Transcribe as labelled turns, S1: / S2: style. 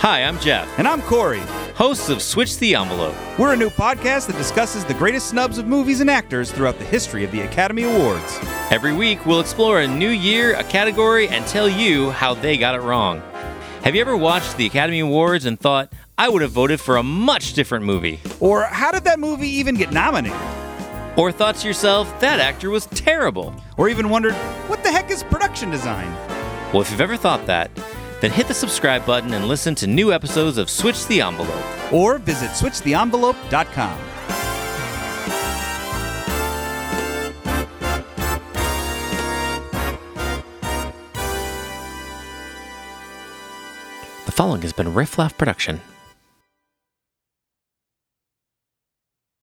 S1: Hi, I'm Jeff,
S2: And I'm Corey.
S1: host of Switch the Envelope.
S2: We're a new podcast that discusses the greatest snubs of movies and actors throughout the history of the Academy Awards.
S1: Every week, we'll explore a new year, a category, and tell you how they got it wrong. Have you ever watched the Academy Awards and thought, I would have voted for a much different movie?
S2: Or how did that movie even get nominated?
S1: Or thought to yourself, that actor was terrible?
S2: Or even wondered, what the heck is production design?
S1: Well, if you've ever thought that, then hit the subscribe button and listen to new episodes of Switch the Envelope.
S2: Or visit switchtheenvelope.com.
S1: The following has been a Riff Laugh production.